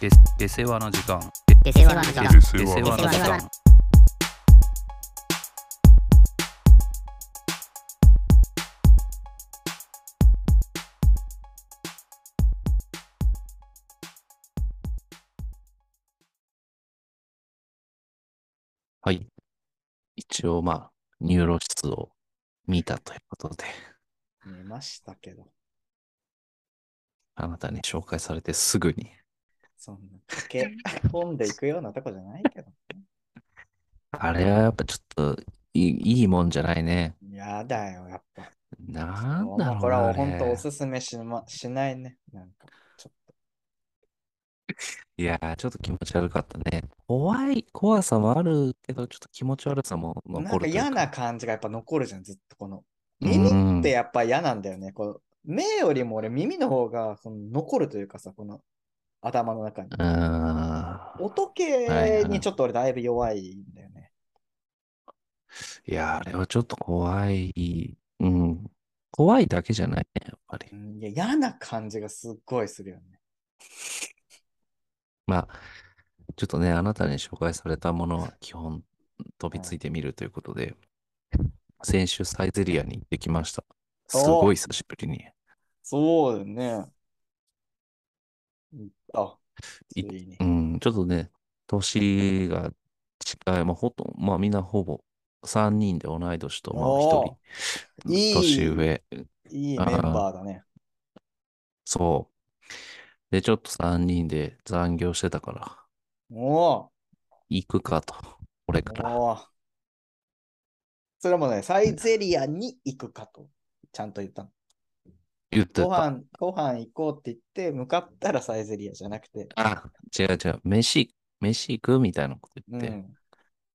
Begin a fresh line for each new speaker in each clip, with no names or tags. で出世話の時間
出世話の時間
で
出
世
世話の
話
時間
はい。一応、まあ、ニューロ室を見たということで、
見ましたけど、
あなたに紹介されてすぐに、
そんな駆け込んでいくようなとこじゃないけど。
あれはやっぱちょっといいいいもんじゃないね。
やだよ、やっぱ。
なんだろ
もう
う
これ
なあ
は
れ
本当おすすめし,、ま、しないね。なんかちょっ
いやー、ちょっと気持ち悪かったね。怖い、怖さもあるけど、ちょっと気持ち悪さも
と
残
なんか
るという
嫌な感じがやっぱ残るじゃん、ずっとこの。
うん
耳ってやっぱ嫌なんだよね。こう目よりも俺耳の方がその残るというかさ、この頭の中に。
うーん。
音
はい
系
はい
にちょっと俺だいぶ弱いんだよね。
いやー、あれはちょっと怖い。うん。怖いだけじゃないね、やっぱり
う。ん、いや嫌な感じがすっごいするよね。
まあ、ちょっとね、あなたに紹介されたものは基本飛びついてみるということで、先週サイゼリアに行ってきました。すごい久しぶりに。
そうだよね。あ、つ
い
いに
う。ん、ちょっとね、年が近い、まあ、ほとんど、まあ、みんなほぼ3人で同い年と、まあ、
お
1人、
いい
年上、
いいメンバーだね。
そう。で、ちょっと3人で残業してたから、
お
行くかと、これか
ー
ら。
おーそれもね、サイゼリアに行くかと、ちゃんと言ったの。
言って
ご
た。
飯、ご飯行こうって言って、向かったらサイゼリアじゃなくて、
あ、違う違う、飯、飯行くみたいなこと
う
言って、
ん。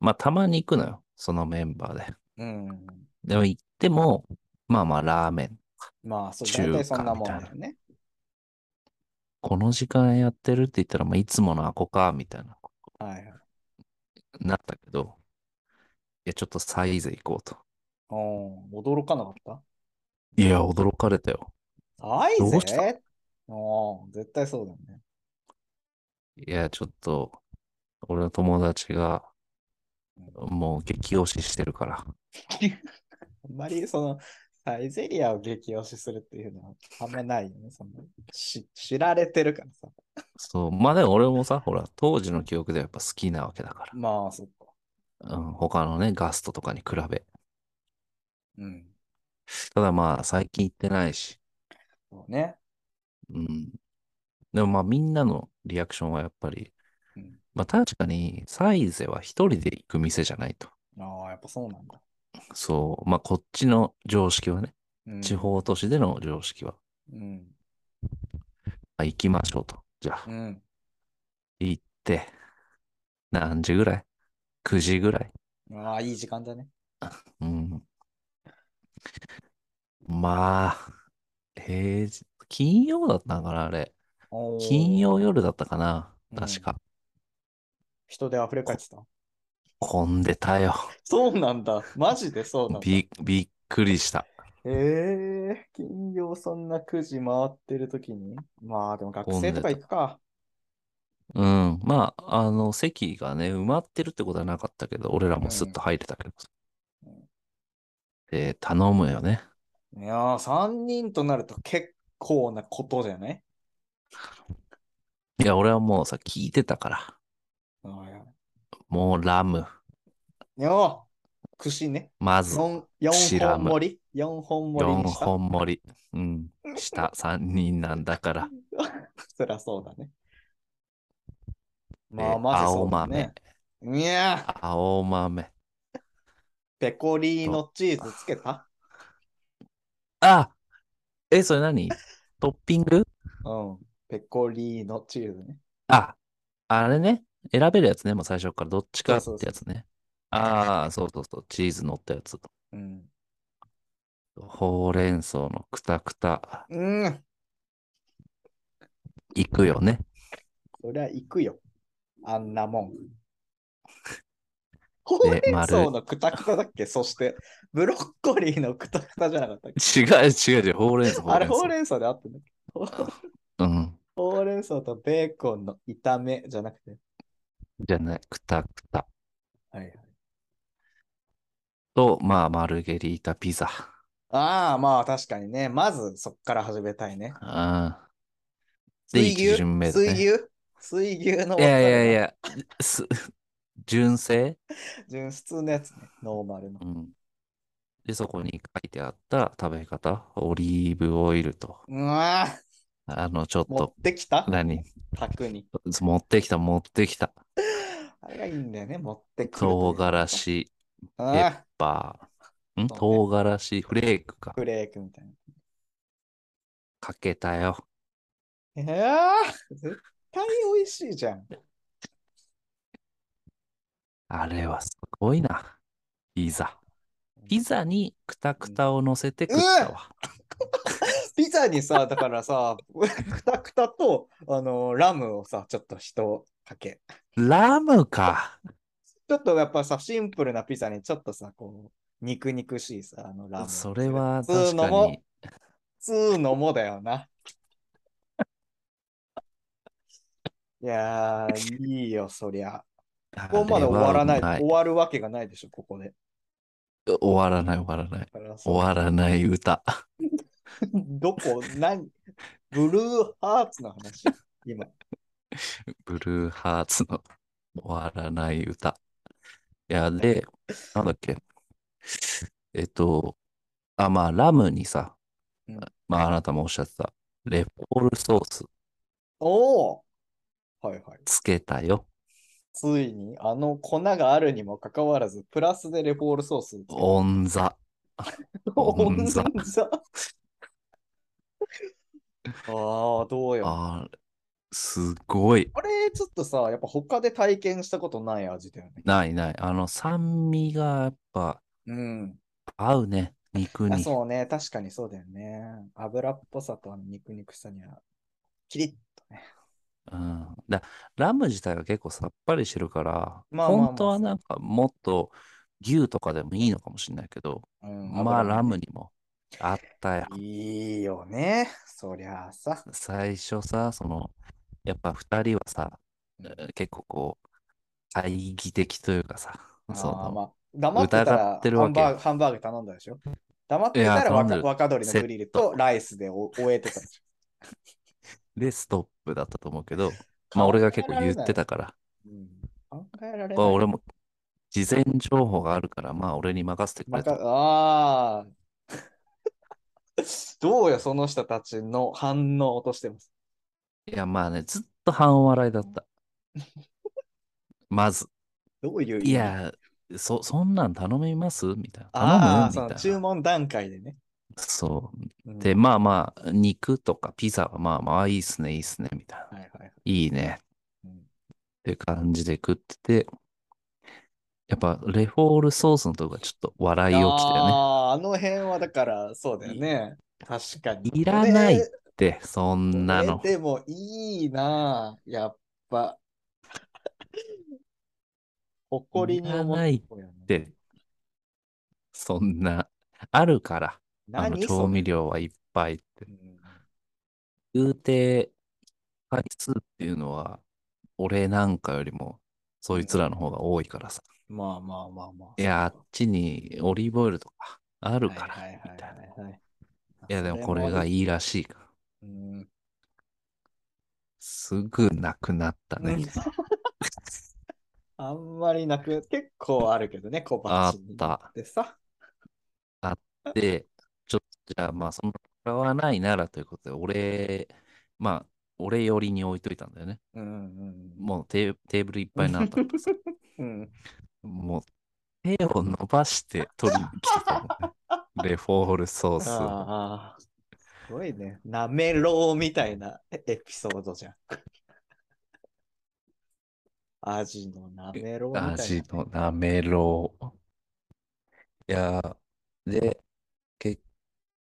まあ、たまに行くのよ、そのメンバーで。
うん。
でも行っても、まあまあ、ラーメン。
まあ、そう、大体そんなもんだよね。
この時間やってるって言ったら、まあ、いつものアコか、みたいな。
はいはい。
なったけど、いや、ちょっとサイズ行こうと。
おー驚かなかった
いや、驚かれたよ。
サイ
どうした
ゼおー絶対そうだよね。
いや、ちょっと、俺の友達が、
う
もう激推ししてるから。
あんまりそのサイゼリアを激推しするっていうのはあんまないよね。そのし知られてるからさ。
そう、まあでも俺もさ、ほら、当時の記憶ではやっぱ好きなわけだか
まあそっか。
ら。うん、他のね、ガストとかに比べ。
うん。
ただまあ、最近行ってないし。
そうね。
うん。でもまあ、みんなのリアクションはやっぱり
うん、
まあ確かに、サイゼは一人で行く店じゃないと。
ああ、やっぱそうなんだ。
そう、まあこっちの常識はね、
うん、
地方都市での常識は。
うん。
まあ、行きましょうと。じゃあ
う、ん。
行って、何時ぐらい ?9 時ぐらい。
ああ、いい時間だね。
うん。まあ、平日、金曜だったのかな、あれ。
おー
金曜夜だったかな、
うん
確か。
人で溢れ返ってた。
混んでたよ。
そうなんだ。マジでそうなんだ。へ
び、びっくりした。
え金曜そんな9時回ってる時に。まあでも学生とか行くか。
うん。まあ、あの、席がね、埋まってるってことはなかったけど、俺らもすっと入れたけどさ
うん。
で、頼むよね。
いやー、3人となると結構なことだよね。
いや、俺はもうさ、聞いてたから。
ああ、いや
もうラム。
よー串ね。
まず、
4, 四
知ら
本
ん
盛り ?4 本盛り
4
にした。
本盛り。うん。下3人なんだから。
そりゃそうだね。
で
まあ、まずそ
青
うだね。いやー、
青豆。
ペコリーノチーズつけた
あえ、それ何トッピング
うん。ペコリーノチーズね。
あ、あれね。選べるやつね。もう最初からどっちかって
そうそうそう
やつね。ああ、そうそうそう。チーズ乗ったやつ。
うん。
ほうれん草のくたくた。
うん。
いくよね。
そりゃ行くよ。あんなも ん。ほうれん草のくたくただっけそして、ブロッコリーのくたくたじゃなかったっけ
違う違う違う。ほうれん草。
あれ、ほ
ほ
う
うれん
れん草であったんだっけほ
草。うん。
ほうほうれん草とベーコンの炒めじゃなくて。
じゃない、くたくた。
はいはい。
と、まあ、マルゲリータピザ。
ああ、まあ確かにね。まずそこから始めたいね。
あで
水
一
牛
巡目だ
水
ね
牛水牛の
あ。いやいやいや、す、 純正
純普通のやつね。ノーマルの
う。ん。で、そこに書いてあった食べ方。オリーブオイルと、
うわー
あの、ちょっ
持
と、
ってきた
何
卓に。
持ってきた、持ってきた。
あれがいいんだよね。持ってくると
唐
いう。
辛子、ペ
あ
ッパー。ん
そうね
唐辛子、フレークか
あ、。フレークみたいな。
かけたよ。
いやー絶対美味しいじゃん。
あれはすごいな。ピザ。ピザにくたくたを乗せて食ったわ。
ピザにさ、だからさ、くたくたと、あのラムをさ、ちょっと人かけ。
ラムか。
ちょっとやっぱさ、シンプルなピザにちょっとさ、こう、肉肉しいさ、あのラムを
それは
普通
確
の
か
も
に。、
普通のもだ よな。いやー、いいよ、そりゃ。
あ
ここまで
れ
終
は
わら
う
ない、
ま
終わるわけがないでしょ、ここで。
終わらない、終わらない。
だからさ
終わらない歌。
どこ、何、ブルーハーツの話今。
ブルーハーツの終わらない歌。いや、で、なんだっけ。えっと、あ、まあ、ラムにさ、
うん
まあ、あなたもおっしゃってた、レポールソース
おおはいはい。
つけたよ。
ついに、あの粉があるにもかかわらず、プラスでレポールソース。
オンザ。
お
ん ざ
んざああ、どうよ。
あーすごい。
あれ、ちょっとさ、やっぱ他で体験したことない味だよね。
ないない。あの、酸味がやっぱ
うん。
合うね。肉
あ
に。
そうね、確かにそうだよね。油っぽさとあの肉肉しさには、キリッとね。
うん、だラム自体が結構さっぱりしてるから、
まあまあまあ
本当はなんかもっと牛とかでもいいのかもしれないけど、
うん、
まあ
油
ラ
も
ムにもあったよ。
いいよね。そりゃあさ。
最初さ、その、やっぱ二人はさ、結構こう、懐疑的というかさ、そ
あー
の、
まあ、黙ってた
疑
ら
ってる
ハ
わ
ン
けよ
バーグハンバーグ頼んだでしょ黙ってた
いや
ら
頼んで
若
る
若鳥のグリルとライスでお終えてたでしょ。
で、ストップだったと思うけど、 まあ俺が結構言ってたから、
うん。考えられ
ま
な
あ
い。
俺 も事前情報があるから、まあ俺に任せてく
ま
れ
た、
と。
ああ。 どうよ、その人たちの反応としても。
いやまあね、ずっと半笑いだった。まず。
どう いう意味
い、や、そ、そんなん頼みますみたい
あ
な。頼
あ、そ
む
の
みたい
注
な。
文段階でね。
そう。
うん
で、まあまあ、肉とかピザはまあまあ、いいっすね、いいっすね、みたいな。
はいはいはい。
いいね。
うん
って感じで食ってて、やっぱ、レフォールソースのとこがちょっと笑い起きたよね。
ああ、あの辺はだから、そうだよね。確かに。
いらない
これ
で、そんなの
こ。れでもいいなあやっ ぱ。誇りに思っ
い
たよね
で、そんな、あるから、あの、
何
調
そ
味
れ、
料はいっぱいって
う。ん
言うて、回数っていうのは、俺なんかよりも、そいつらの方が多いからさ。
まあまあまあまあ。
いや、あっちにオリーブオイルとかあるから、
はいはい
みたいな。い
はいはいはい
や、でもこれが
い。
いいらしいから。
うん
すぐなくなったね。
あんまりなく、結構あるけどね、小
あ
鉢に
っ。た。
でさ、
で、ちょっと、じゃあまあ、その、使わないならということで、俺、まあ、俺寄りに置いといたんだよね。
うんうんうん
もうテーテーブルいっぱいになったからさ。
うん、
もう手を伸ばして取りに来てたも んね。レフォールソースを。
ああ、すごいね。なめろうみたいなエピソード じゃん。アジのなめろうみたいな。
味のなめろう。いやー、で、結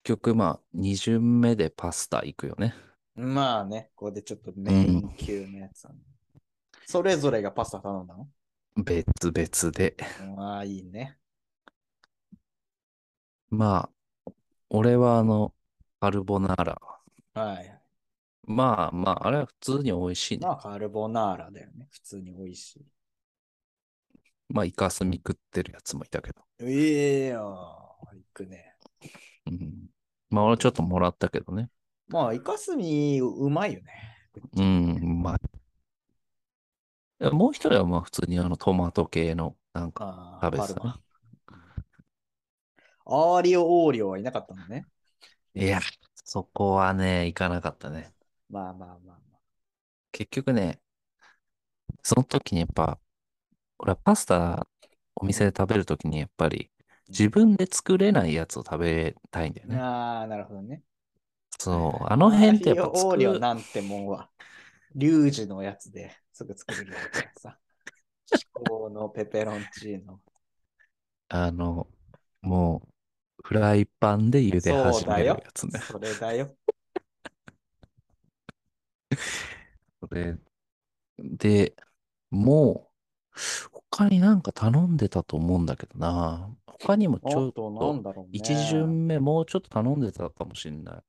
局まあ、2巡目でパスタ行くよね。
まあね、ここでちょっとメイン級のやつ、ねそれぞれがパスタ頼んだの
別々で。
まあいいね。
まあ、俺はあの、カルボナーラ
はい。
まあまあ、あれは普通に美味しいね。
まあ、カルボナーラだよね。普通に美味しい。
まあ、イカスミ食ってるやつもいたけど。
ええよ。行くね。
うん。まあ、俺ちょっともらったけどね。
まあ、イカスミ、うまいよね。
うん、うまい。いやもう一人はまあ普通にあのトマト系のなんか
あー
食べてた
パル
な。
マアーリオ・オーリオはいなかったのね。
いや、そこはね、行かなかったね。
まあまあまあまあ。
結局ね、その時にやっぱ、俺はパスタお店で食べる時にやっぱり自分で作れないやつを食べたいんだよね。
ああ、なるほどね。
そう、あの辺ってやっぱ
マリオオー
作
リオ
る、
なんてもんは、リュウジのやつですぐ作れるやつだから さ。至高のペペロンチーノ。
あの、もう、フライパンで茹で
そう
始
だ
める
よ
やつね。
それだよ。
それで、もう、他になんか頼んでたと思うんだけどな。他にも
あ
ちょっ
とな
と、
んだろうね。
一巡目もうちょっと頼んでたかもしれな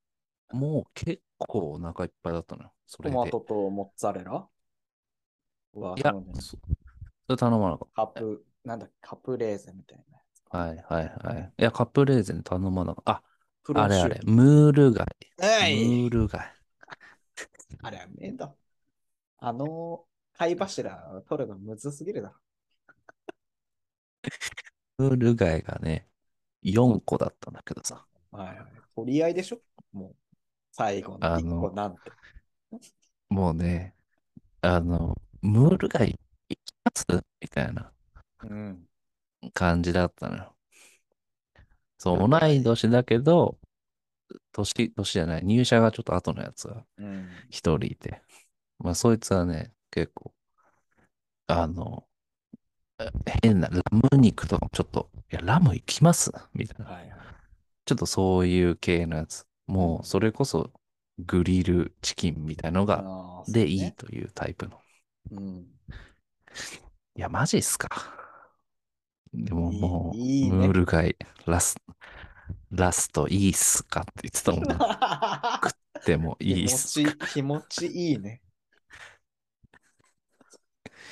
い。もう結構お腹いっぱいだったのよ。そ
ト
れ
マ
で
ト。とモッツァレラはい
や
頼んで、ない
そそれ頼まなかっ
カップ、なんだっけカプレーゼみたいなやつ。
た。はいはいはい。いや、カプレーゼン頼まなかった。
プ
あ、
ロ
あれ
シ
あ
ュ
れ、ムール貝。
え
ム
い
ール貝。
あれはめんだ。あの、貝柱取るのむずすぎるだろ。
ムール貝がね、4個だったんだけどさ。
はいはい。取り合いでしょもう、最後の
あ
一
の
個なんて。
もうね、あの、ムール貝一発みたいな。
うん。
感じだったのよ。そう、同い年だけど、年、年じゃない、入社がちょっと後のやつが
うん。
一人いて、まあそいつはね、結構、あの、え変な、ラム肉とかもちょっと、いや、ラムいきますみたいな。
はいはい。
ちょっとそういう系のやつ。もう、それこそ、グリルチキンみたいのが、
あー
でいい。
そ
というタイプの。
うね
いや、マジっすか。でも
いい
もう、
いいね
ムー ル貝、ラス、ラストいいっすかって言ってたもんな。でも
うん。
いいっす
気持
か。
ち、気持ちいいね。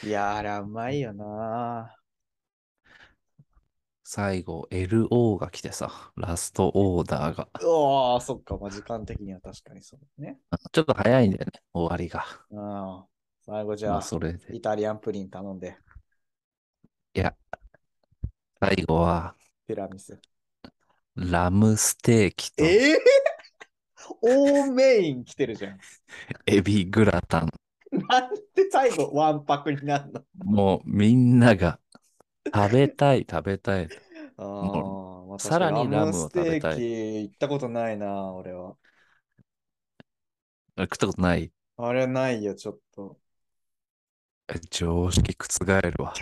いやー、あれはうまいよな。
最後、LO が来てさ、ラストオーダーが。
うわー、そっか、まあ、時間的には確かにそうね。
ちょっと早いんだよね、終わりが。
うん。最後じ
ま
ゃ
あ、
あ、
それで。
イタリアンプリン頼んで、
最後は、
ティラミス。
ラムステーキと
ええ ー、大メイン来てるじゃん。
エビグラタン。
なんで最後、ワンパクになるの
もう、みんなが、食べたい、食べたい。
ああ、まあ
さらにラムを食べたい
確かにラムステーキ行ったことないな、俺は。
食ったことない。
あれないよ、ちょっと。
常識覆るわ。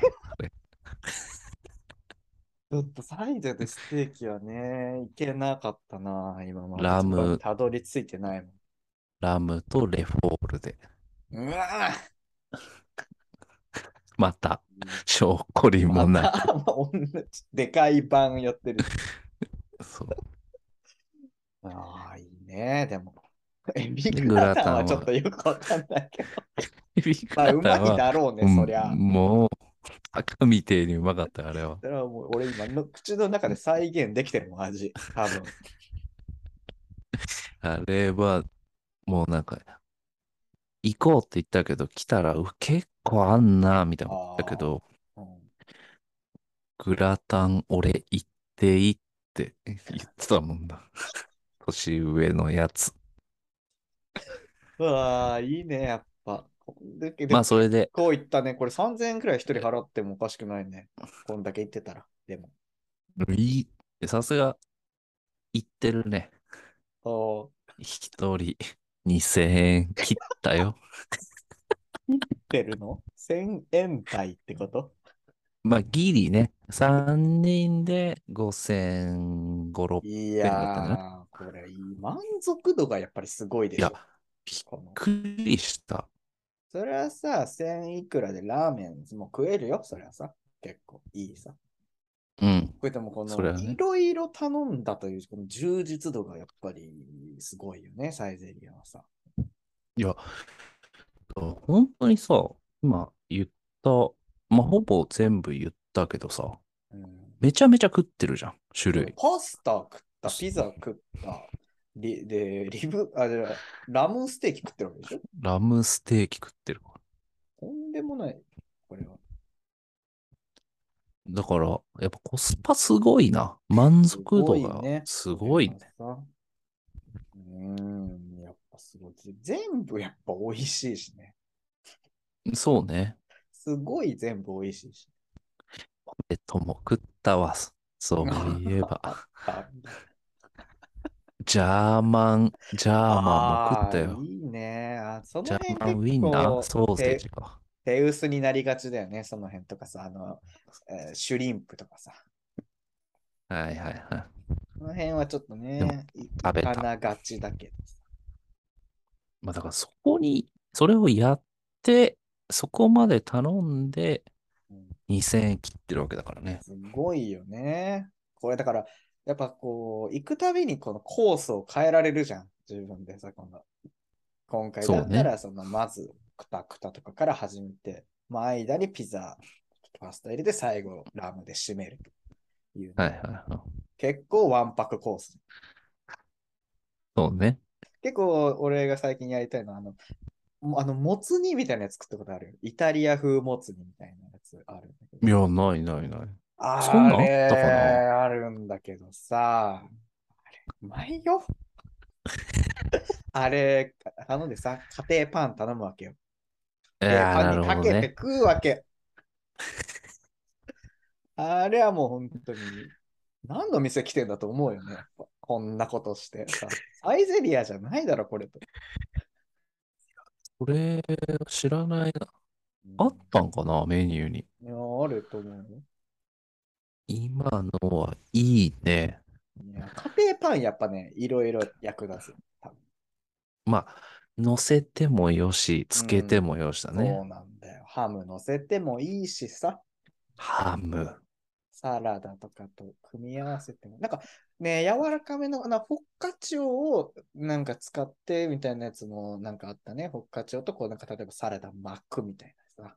ちょっとサイドでステーキはね、いけなかったな、今まで。
ラム
そこにたどり着いてないも
ラムとレフォールで。
ん。うわあ
また、証拠りもない。
また同じ でかい版やってる。
そう
ああ、いいね、でも。 エビ
で
グラタ
グラ
ン
タン
は
は
ちょっとよくわかんないけど。
エビグ
まあ、
ラ
うま
タン
い
は、
だろう
う
ね、
ん
そりゃ。
もう、赤みてえにうまかった、あれは。
だからもう俺今の口の中で再現できてるもん、味。多分。
あれは、もうなんか、行こうって言ったけど、来たら、う結構あんな、みたいなこと言ったけど、
うん
グラタン俺行っていいって言ってたもんな。 年上のやつ。
うわあ、いいね、やっぱ。こんだけで
まあ、
も
それで、
こういったね、これ3000円くらい一人払ってもおかしくないね。こんだけ言ってたら。でも。
いい、さすが、行ってるね。
お
一人2000円切ったよ。
ってるの ?1000 円台ってこと
まあ、ギリね。3人で5000、5、6。い
い
だった
やー、これいい、満足度がやっぱりすごいでし
や
ょ。、
びっ
この
くりした。
それはさ、1000いくらでラーメンも食えるよ、それはさ。結構いいさ。
うん。
これでもこ
それは
の、
ね
いろいろ頼んだという、この充実度がやっぱりすごいよね、サイゼリアはさ。
いや、本当にさ、今言った、まあ、ほぼ全部言ったけどさ、
うん
めちゃめちゃ食ってるじゃん、種類。
パスタ食った、ピザ食った、リでリブあじゃあラムステーキ食ってるわけでしょ
ラムステーキ食ってる。
とんでもない、これは。
だから、やっぱコスパすごいな。満足度
すごい
が
ね
すごいね。
さうーん、やっぱすごい。全部やっぱ美味しいしね。
そうね。
すごい全部美味しいし。
ポテトも食ったわ。そういえ ば。
あ
ジャーマン、ジャーマンも食った
あー
よ。
いいね。あその
ジャ
辺
ーマンウ
結
ィンナー、
構
ソーセージか。
手手薄になりがちだよね。その辺とかさ、あの、えーシュリンプとかさ。
はいはいはい。
この辺はちょっと
でも
ね、い
食べ
か
た
ながちだけどさ。
まあだからそこに、それをやって、そこまで頼んで
うん
2000円切ってるわけだからね。
すごいよね。これだから、やっぱこう、行くたびにこのコースを変えられるじゃん。自分でさ、今度。今回
そう
だ
ね
ったら、その、まず、クタクタとかから始めて、まあ、間にピザ、パスタ入れて、最後、ラムで締めるという、
はいはいはい。
結構ワンパクコース。
そうね。
結構、俺が最近やりたいのは、あの、もあの、もつ煮みたいなやつ作ったことあるよ。イタリア風もつ煮みたいなやつあるんだけど
いや、ないないない。
あ
そんなんあったかな
れあるんだけどさ、あれ、うまい よ。あれ、頼んでさ、家庭パン頼むわけよ。
え
で
ー、
パ
な
ン
る
にか
ほど
けて
ね。
食うわけ。あれはもう本当に、何の店来てんだと思うよね。やっぱこんなことしてさ。サイゼリアじゃないだろ、これと。
これ、知らないな。あったんかな、メニューに。
いやあると思うよ。
今のはいいね。
いや家庭パンやっぱね、いろいろ役立つ。
まあ、乗せてもよし、つけてもよしだ
そう
ね。
なんだよ。ハム乗せてもいいしさ。
ハム。
サラダとかと組み合わせても、なんかね、柔らかめの、なフォッカチオをなんか使ってみたいなやつもなんかあったね。フォッカチオとこうなんか例えばサラダ巻くみたいなさ。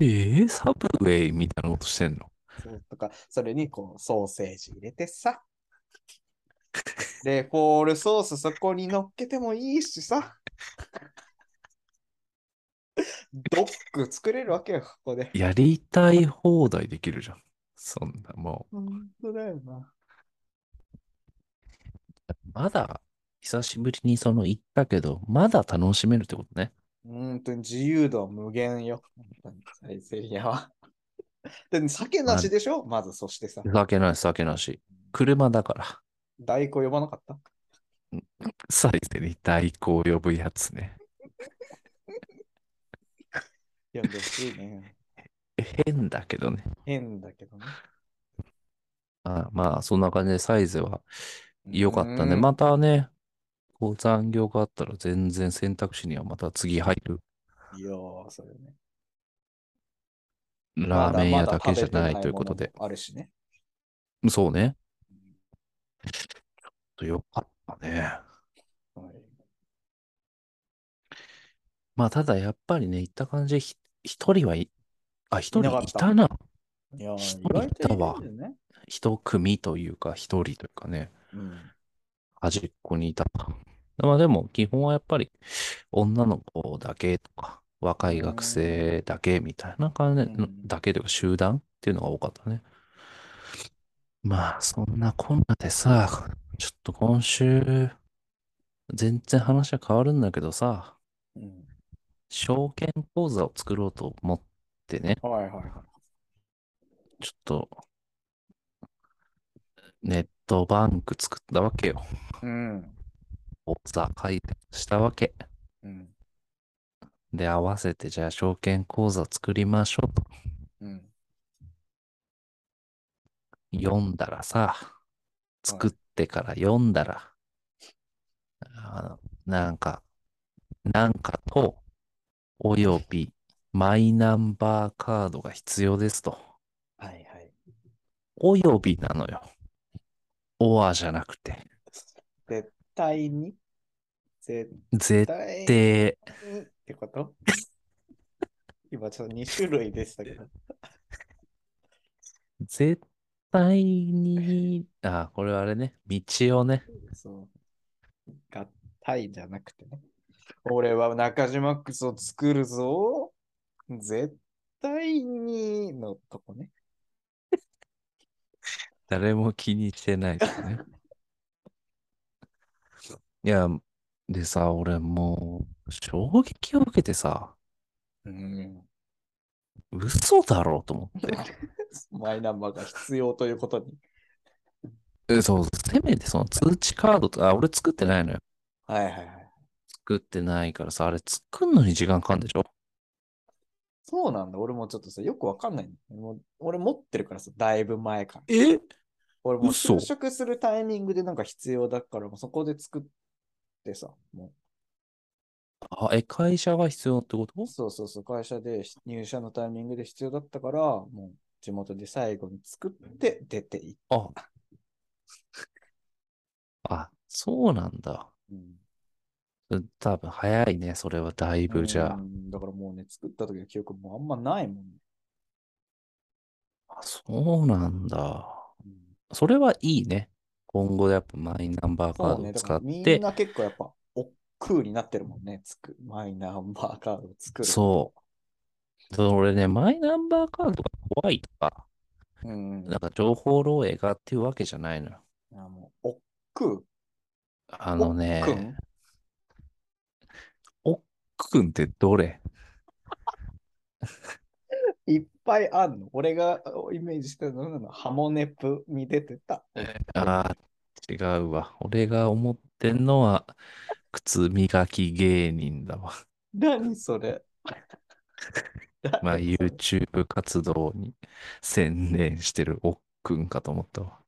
えー、サブウェイみたいなことしてんの
そうとか、それにこうソーセージ入れてさ。で、フォールソースそこに乗っけてもいいしさ。ドッグ作れるわけよ、ここで。
やりたい放題できるじゃん。そんな、も
本当だよな。
う、まだ、久しぶりにその行ったけど、まだ楽しめるってことね。
本当に自由度は無限よ。本当にサイゼリアは。で酒なしでしょまずそしてさ。
酒なし、酒なし。車だから。
大根呼ばなかった
サイゼに代行呼ぶやつね。
呼んでほしいね。
変だけどね。
変だけどね。
あまあ、そんな感じでサイズは良かったね。
うん
またね、こう残業があったら全然選択肢にはまた次入る。
いやー、それね。
ラーメン屋だけじゃないということで。。
あるしね。
そうね。ちょっと良かったね。
はい
まあ、ただやっぱりね、行った感じでひ、一人はい、あ、一
いな
人
かっ
い
た
たな。
いやー、
人
意外とい
いたわ
るんだよね。
一組というか、一人というかね、
うん
端っこにいた。まあでも、基本はやっぱり、女の子だけとか、若い学生だけみたいな感じ、
うん
だけというか、集団っていうのが多かったね。まあ、そんなこんなでさ、ちょっと今週、全然話は変わるんだけどさ、
うん。
証券口座を作ろうと思ってね、
はいはいはい。
ちょっと、ネットバンク作ったわけよ。
うん。
口座開設したわけ。
うん。
で、合わせて、じゃあ証券口座作りましょうと。
うん。
読んだらさ、作ってから読んだら、あの、なんか、なんかと、および、マイナンバーカードが必要ですと。
はいはい。
およびなのよ。オアじゃなくて。
絶対に絶
絶
対に
対、
ってこと 今ちょっと2種類でしたけど。
絶対に、あ、これはあれね、道をね、
そう。合体じゃなくてね。俺は中島ックスを作るぞ。絶対にのとこね。
誰も気にしてないです ね。いや、でさ、俺もう、衝撃を受けてさ、
うん。
嘘だろうと思って。
マイナンバーが必要ということに。
えそう、せめてその通知カードとか、あ、俺作ってないのよ。
はいはいはい。
作ってないからさ、あれ作んのに時間かかるんでしょ
そうなんだ。俺もちょっとさ、よくわかんないんだよね。もう俺持ってるからさ、だいぶ前から。
え
俺もう
嘘
就職するタイミングでなんか必要だから、もうそこで作ってさ、も
あ、え、会社が必要ってこと
うそうそうそう、会社で入社のタイミングで必要だったから、もう地元で最後に作って出ていっ
あ。あ、そうなんだ。
うん
うん多分早いね、それはだいぶじゃあ。
うんだからもうね、作った時の記憶もあんまないもんね。
あ、そうなんだ。
うん
それはいいね。今後やっぱマイナンバーカー
そう
ドを
ね、だ
使
から
っ
みん
て、
な結構やっぱ、億劫になってるもんね、つくマイナンバーカードを作る。
そう。それね、マイナンバーカードが怖いとか、
う。うん、
なんか情報漏洩がっていうわけじゃないのよ。
あもう億劫
あのね、
億劫
おっくんってどれ
いっぱいあんの。俺がおイメージしてたのは、ハモネプに出てた。
ああ、違うわ。俺が思ってんのは、靴磨き芸人だ わ。
何それ
まあ、
何それ
YouTube 活動に専念してるおっくんかと思ったわ。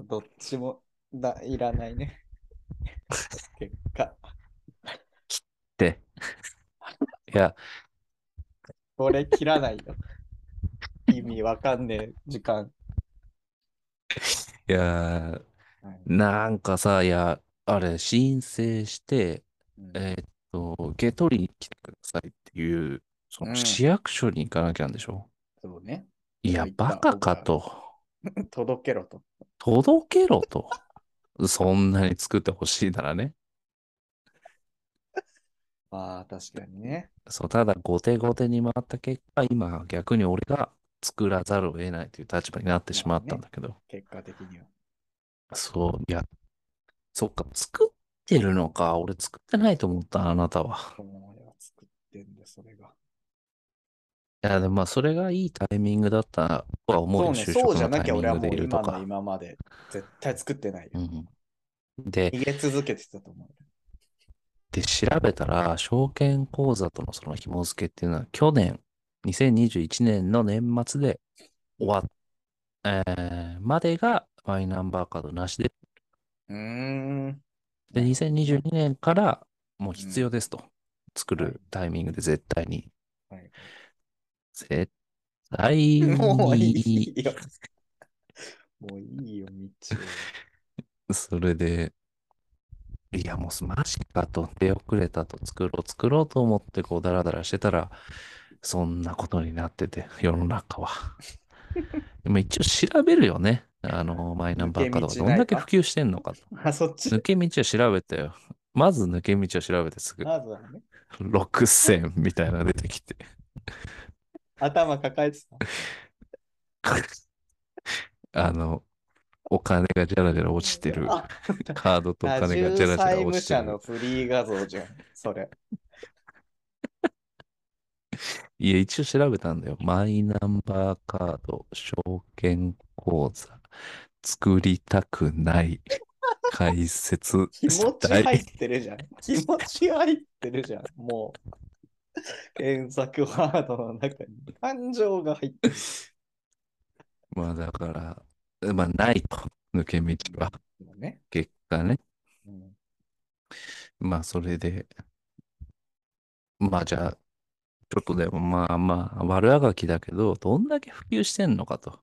どっちも だいらないね。結果。
で、いや、
これ切らない よ。意味わかんねえ時間。
いやー、なんかさ、いや、あれ、申請して、
うん
えーっと、受け取りに来てくださいっていう、そ
うん
の市役所に行かなきゃなんでしょ
そうね。
いや、
いや
バカかと。
届けろと。
届けろと。そんなに作ってほしいならね。
まあ、確かにね。
そう、ただ後手後手に回った結果、今逆に俺が作らざるを得ないという立場になってしまったんだけど。
結果的には。
そう、いや、そっか、作ってるのか。俺作ってないと思った、あなたは。
もう俺は作ってんだ、それが。
いや、でもまあ、それがいいタイミングだったとは思う
そう
よ、就
ね、そう
職
じゃ
の
な
タ
き
イ
ゃ
ミン
俺は
グ
も
でいうると
今の
か。
今まで絶対作ってないよ。
うん。で、
逃げ続けてたと思う。
で、調べたら、証券口座とのその紐付けっていうのは、去年、2021年の年末で終わっ、えーまでがマイナンバーカードなしで、
うーん。
で、2022年からもう必要ですと。作
はい
るタイミングで絶対に。
はい
絶対に。
もういいよ。もういいよ、道
それで、いや、もうマジかと、出遅れたと、作ろう、作ろうと思って、こう、ダラダラしてたら、そんなことになってて、世の中 は。でも一応調べるよね。あの、マイナンバーカードが
抜け
ど
道
ん
ない
だ
か
け普及してんのかと。
を。あ、そっち。
抜け道は調べたよ。まず抜け道を調べてすぐ、
まずはね、
6000みたいなの出てきて。
頭抱えてた。
あの、お金がじゃらじゃら落ちてる。
あ、
カードとお金がじゃら
多重
じゃら
債
落
務
ちて
者
る
の。フリー画像じゃん、そ れ。
いや、一応調べたんだよ。マイナンバーカード、証券口座、作りたくない、解説
気持
し
ち
た
入っ
い。
てるじゃん。気持ち入ってるじゃん、もう。検索ワードの中に感情が入ってる。
まあだから、まあないと、抜け道は。
ね。
結果ね。
うん
まあそれで、まあじゃあ、ちょっとでもまあまあ、悪あがきだけど、どんだけ普及してんのかと。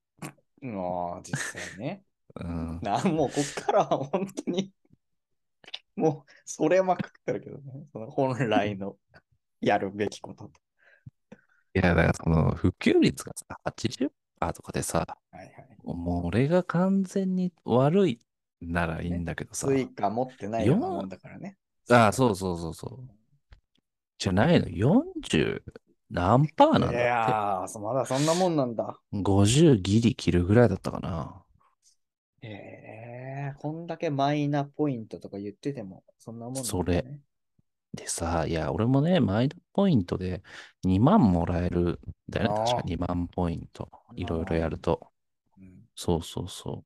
まあ、実際ね。
うん、
なもうこっからは本当に、もうそれはまくってるけどね。その本来のやるべきことと。
いや、だからその普及率がさ、80%とかでさ、
はいはい。
もう俺が完全に悪いならいいんだけどさ。
スイカ持ってないようなもんだからね。
ああ、そうそうそうそう。じゃないの、40何パーなん
い
だって。
やー、そまだそんなもんなんだ。
50ギリ切るぐらいだったかな。
えー、こんだけマイナポイントとか言ってても、そんなもんなんだ、ね。
それ。でさ、いや、俺もね、マイナポイントで2万もらえるんだよね。
ああ
確か2万ポイント。いろいろやると。
うん、
そうそうそう。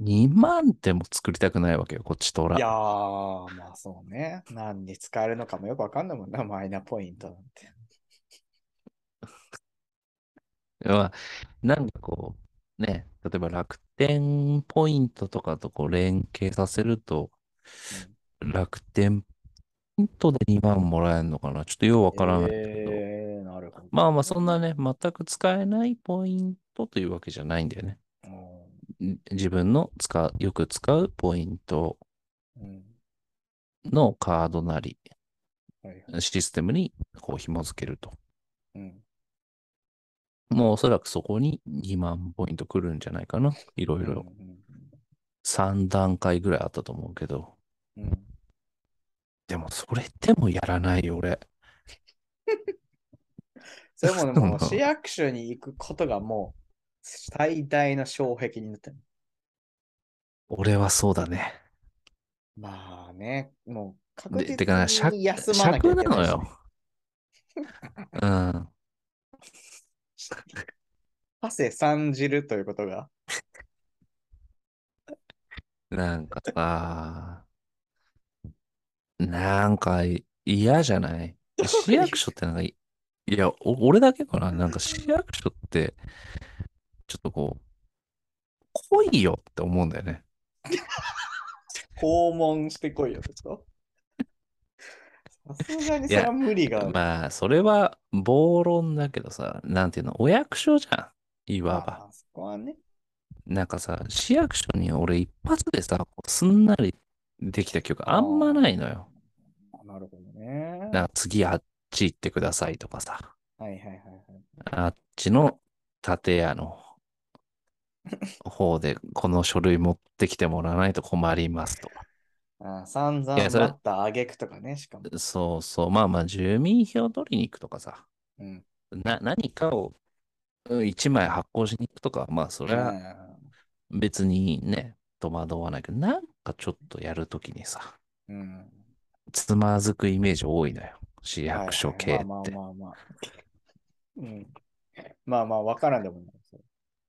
2万っても作りたくないわけよ、こっちとら。
いやー、まあそうね。何に使えるのかもよくわかんないもんな、マイナポイントなんて。
まあ、なんかこう、ね、例えば楽天ポイントとかとこう連携させると、楽天ポイントで2万もらえるのかなちょっとようわからないんだけど。
えー、なるほど。
まあまあ、そんなね、全く使えないポイントというわけじゃないんだよね。
うん
自分の使う、よく使うポイント
ん。うん。
のカードなり、
はいはい。
システムにこう紐付けると。
うん。
もうおそらくそこに2万ポイントくるんじゃないかな。いろいろ。3段階ぐらいあったと思うけど。
うん。うん。
でも、それでもやらないよ、俺。
それもね、 もう市役所に行くことがもう最大の障壁になってる。
俺はそうだね。
まあね、もう確
で、
実
てかな、尺、
に休まな
尺
きゃい
な
けな
の
いしね
よ。うん。
汗三じるということが。
なんかさ、なんかい嫌じゃない市役所ってなんかい、いや、お俺だけかななんか市役所って、ちょっとこう、来いよって思うんだよね。
訪問してこいよ、ちょっと。さすがにそ
い
れ
や
は無理が。
まあ、それは暴論だけどさ、なんていうの、お役所じゃん。いわば。
まあそこはね。
なんかさ、市役所に俺一発でさ、こうすんなりできた記憶あんまないのよ。
あなるほどね。
なんか次あっち行ってくださいとかさ、
はいはいはいはい。
あっちの建屋の方でこの書類持ってきてもらわないと困りますとか。
あ散々
いやそれ
待ったあげくとかね、しかも。
そうそう、まあまあ住民票取りに行くとかさ、
うん。
な、何かをうん一枚発行しに行くとか、まあそれは別にね、戸惑わないけど、なんかちょっとやるときにさ、
うんうん。
つまずくイメージ多いのよ。市役所系って。
はいはいまあまあまあまあ。うん、まあまあ、わからんでもない。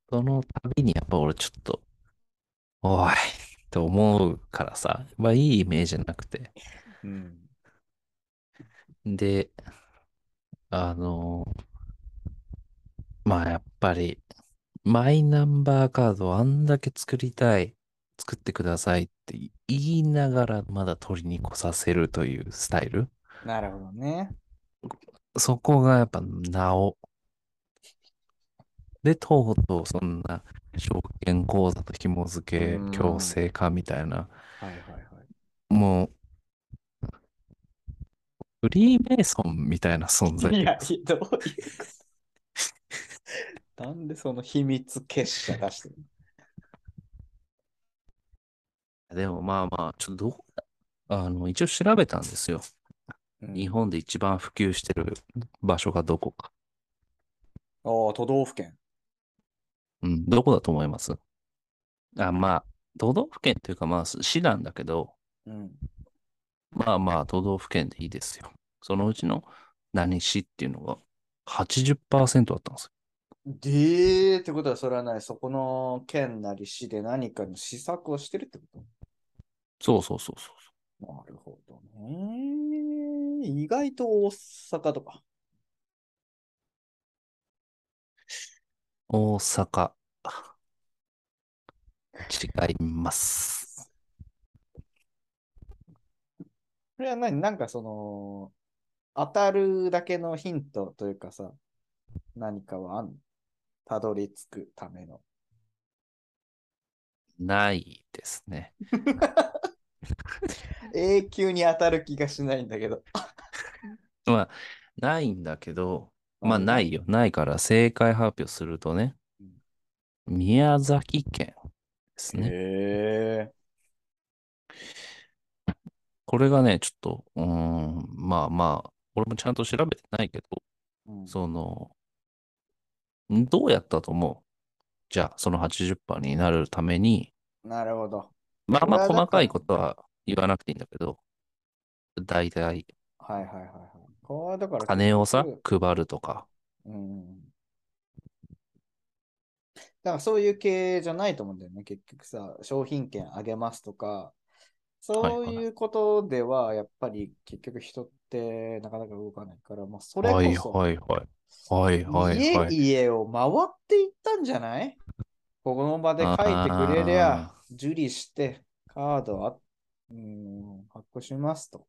その度にやっぱ俺ちょっと、おいって思うからさ、まあいいイメージじゃなくて。
うん。
で、あのまあやっぱり、マイナンバーカードをあんだけ作りたい、作ってくださいって言いながらまだ取りに来させるというスタイル。
なるほどね。
そこがやっぱなお。で、とうとうそんな証券口座と紐付
うん
け強制化みたいな、
はいはいはい。
もう、フリーメイソンみたいな存在。
いや、ひどい。なんでその秘密結社出してる
でもまあまあ、ちょっとどうあの、一応調べたんですよ。
の
日。本で一番普及してる場所がどこか。
ああ、都道府県。
うん、どこだと思いますあ、まあ、都道府県というかまあ、市なんだけど、
うん。
まあまあ、都道府県でいいですよ。そのうちの何市っていうのが80%だったんですよ。
でーってことは、それはない。そこの県なり市で何かの施策をしてるってこ
そうそうそうそうそ
となるほどね。意外と大阪とか。
う。大阪。違います。
それは何なんかその、当たるだけのヒントというかさ、何かはあんのたどり着くための。
ないですね。
え永久に当たる気がしないんだけど。。
まあ、ないんだけど、まあ、ないいよ。ないから正解発表するとね、宮崎県ですね。
へえ。
これがね、ちょっと、うーん、まあまあ、俺もちゃんと調べてないけど、
うん
その、んどうやったと思うじゃあ、その80%になるために、
なるほど。
まあまあ、
これは
細
だから
かいことは言わなくていいんだけど、大体、
はいはいはいはい。これはだから
金をさ
結、
配るとか、
局うん。だからそういう系じゃないと思うんだよね。結局さ、商品券あげますとか、そういうことでは、やっぱり結局人ってなかなか動かないから、まあ、それこ
はい
そ、
はいはい。はいはいはい。
家々を回っていったんじゃないここの場で書いてくれりゃ
あ、
受理して、カードは、うん、発行しますと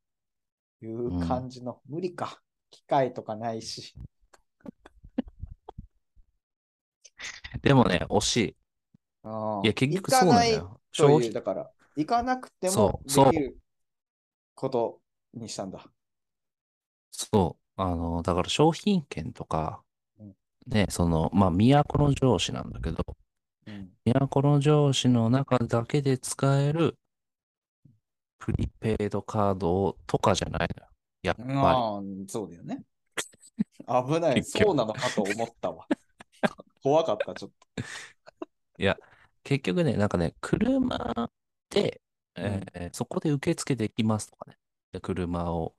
いう感じの、無理か。機械とかないし。
でもね、惜しい。
ああ
いや、結局そうなんだ。よ。
行か
消
ないという、
費、
だから、行かなくても
そうそう
できることにしたんだ。
そう。あの、だから商品券とか
うん、
ね、その、まあ、都城市なんだけど、
うん、
都城市の中だけで使えるプリペイドカードをとかじゃないのよ。やっぱ
ああ、そうだよね。 危ない。
結局
そうなのかと思ったわ。 怖かった、ちょっ
り。いや、結局ね、なんかね、車で、えーそこで受付できますとかね。で車を、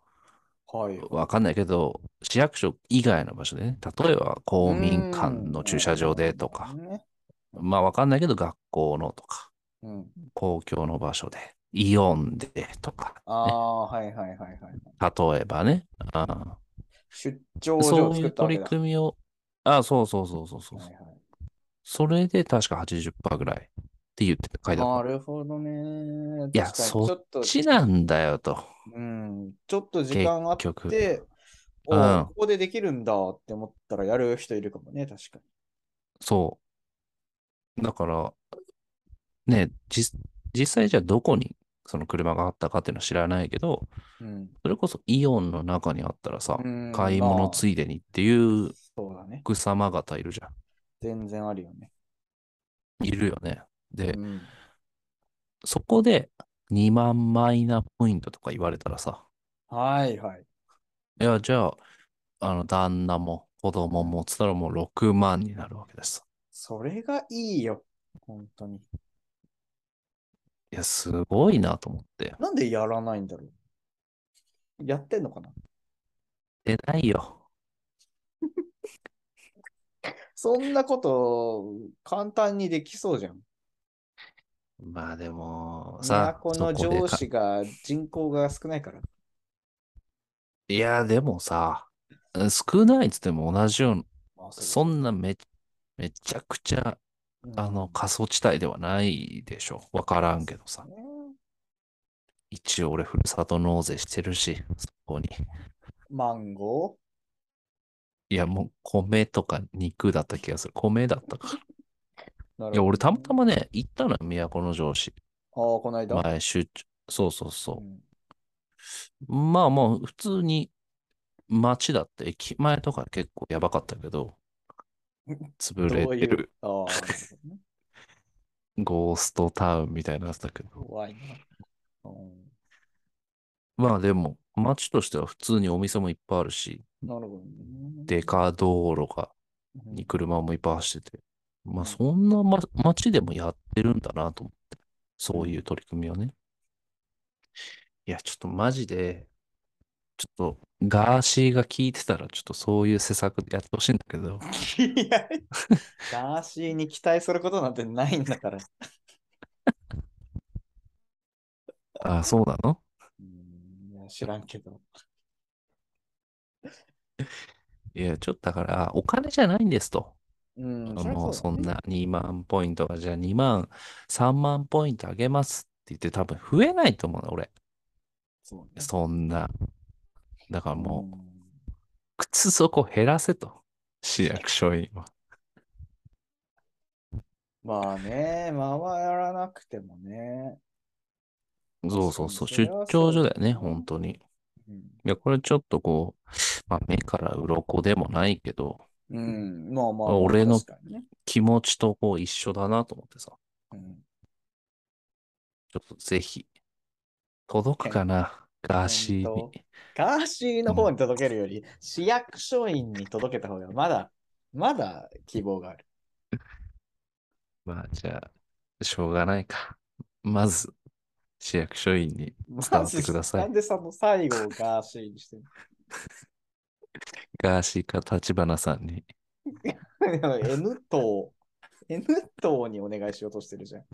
と。はい。
わかんないけど、市役所以外の場所でね、例えば公民館の駐車場でとか
う、ん。
まあわかんないけど学校のとか、
うん
公共の場所で、イオンでとか、
ああ、はいはいはいはい。
例えばね、あ
出張
あ
所
そ
を
うい
作
う
ったわけ
取
だ。
り組みを、ああ、そうそうそうそうそう。
はい
それで確か80%ぐらいって言って書いてあ
はい、
っ
なるほどね。
いや
確かに
そ
ちょっと
た。、ちなんだよと。
うん、ちょっと時間あっ
結局
て、
う
お
ん
うここでできるんだって思ったらやる人いるかもね、確か
そう。だから、ね、じ、実際じゃあどこにその車があったかっていうのは知らないけど、
に。うん
それこそイオンの中にあったらさ、
うん。
買い物つ
い、
いでにっていう
そうだね。
奥様方いるじゃ
全然あるよね。
ん。いるよね。で
う、ん、
そこで2万マイナポイントとか言われたらさ、
はいはい。
いや、じゃあ、あの、旦那も子供もつったらもう6万になるわけです。
それがいいよ。本当に。
いや、すごいなと思って。
なんでやらないんだろう。やってんのかな
出ないよ。
そんなこと簡単にできそうじゃん。
まあでも、さ、
都
そ
の
こで
上
か
司が人口が少ないから。
いや、でもさ、少ないっつっても同じような、
まあそれ
そんなめ、めちゃくちゃ、
うん
あの、過疎地帯ではないでしょ。わからんけどさ。
ね
一応俺、ふるさと納税してるし、そこに。
マンゴ
いや、もう、米とか肉だった気がする。米だったか。
ーなるほど
いや、俺、たまたまね、行ったのよ、都城市。
ああ、この間。
前、出張。そうそう
う
そ
ん
う。まあまあ、普通に、街だって、駅前とか結構やばかったけど、潰れ
どうい
て
う
る。
ああ、なるほどね
ゴーストタウンみたいなやつだけど。
怖いな。うん
まあでも、街としては普通にお店もいっぱいあるし、
なるほどね。
デカ道路が、
うん、
に車もいっぱい走ってて、ま
う
あ
ん
そんな、ま、街でもやってるんだなと思って、そういう取り組みをね。いや、ちょっとマジで、ちょっとガーシーが聞いてたら、ちょっとそういう施策でやってほしいんだけど、
いやガーシーに期待することなんてないんだから。
あ、そうなの
うんいや知らんけど。
いや、ちょっとだから、お金じゃないんですと。
うん、りゃ
もうそん
だ
な
ね。
2万ポイントが、じゃあ2万、3万ポイントあげますって言って多分増えないと思うの、俺。
そうね
そんな。だからもう、
うん
靴底減らせと。市役所員は。
まあね、回らなくてもね。
そうそうそう、
それ
出張
はそ
所
う
だ
だ
よね、
な
本当に。
うん
いや、これちょっとこう、まあ、目から鱗でもないけど、
うん、まあまあまあ、
俺の
確かにね
気持ちとこう一緒だなと思ってさ、
うん
ちょっとぜひ、届くかな、ガーシー
本
に。
ガーシーの方に届けるより、市役所員に届けた方がまだ、まだ希望がある。
まあ、じゃあ、しょうがないか。まず、市役所員に伝わってください
なんでその最後をガーシーにしてる
ガーシーか立花さんに。
の ?N 党、N 党にお願いしようとしてるじゃん。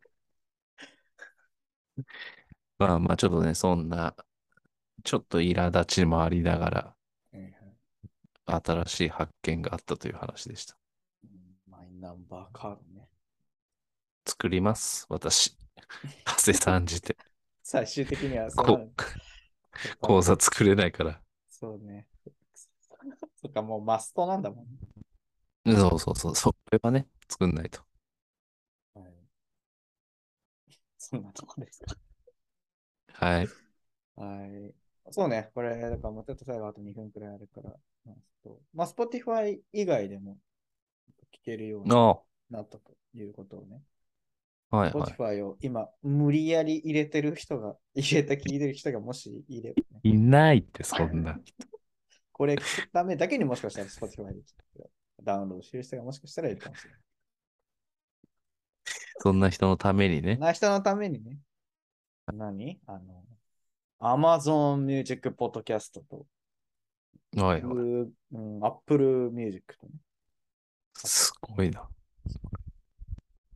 まあまあちょっとね、そんな、ちょっと苛立ちもありなが
うん
ら、新しい発見があったという話でした。
マイナンバーカードね。
作ります、私。長谷さんじて。
最終的 にはそうな
こ
る
講座作れないから。
そうね。 そっか、もうマストなんだもん、ね
そうそうそう、それはね、作んないと。
はい。 そんなとこですか。
はい。
はい。そうね、これ、だから、もうちょっと最後あと2分くらいあるから、まあ、ちょっとまあ、Spotify 以外でも聞けるように
あ
なったということをね、
あ、はいはい。
Spotify を今、無理やり入れてる人が、入れた聞いてる人がもしいればね、
いないって、そんな。
これ聞くためだけにもしかしたら Spotify で聞くダウンロードしてる人がもしかしたらいるかもしれない。
そんな人のため にね。
な人のためにね。何あの、Amazon Music Podcast と、
はいはい。
うん、Apple Music とね。
すごいな。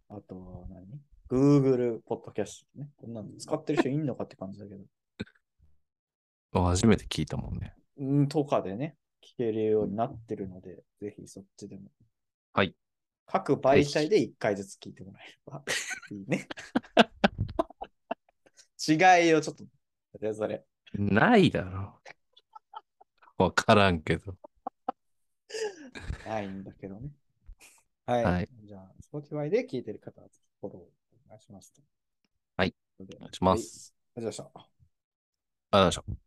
あと何、?Google Podcast ね。こんなの使ってる人いんのかって感じだけど。
初めて聞いたもんね。
うん、とかでね、聞けるようになってるので、ぜひそっちでも。
はい。
各媒体で1回ずつ聞いてもらえれ ばいいね。違いをちょっと、それぞれ。
ないだろ。わからんけど。
ないんだけどね。はい。
はい
じゃあ、Spotify で聞いてる方は、フォローお願いしますと。
はい。
ということで。
お願いしま
はい
す。
ありがとうございました。
ありがとうございました。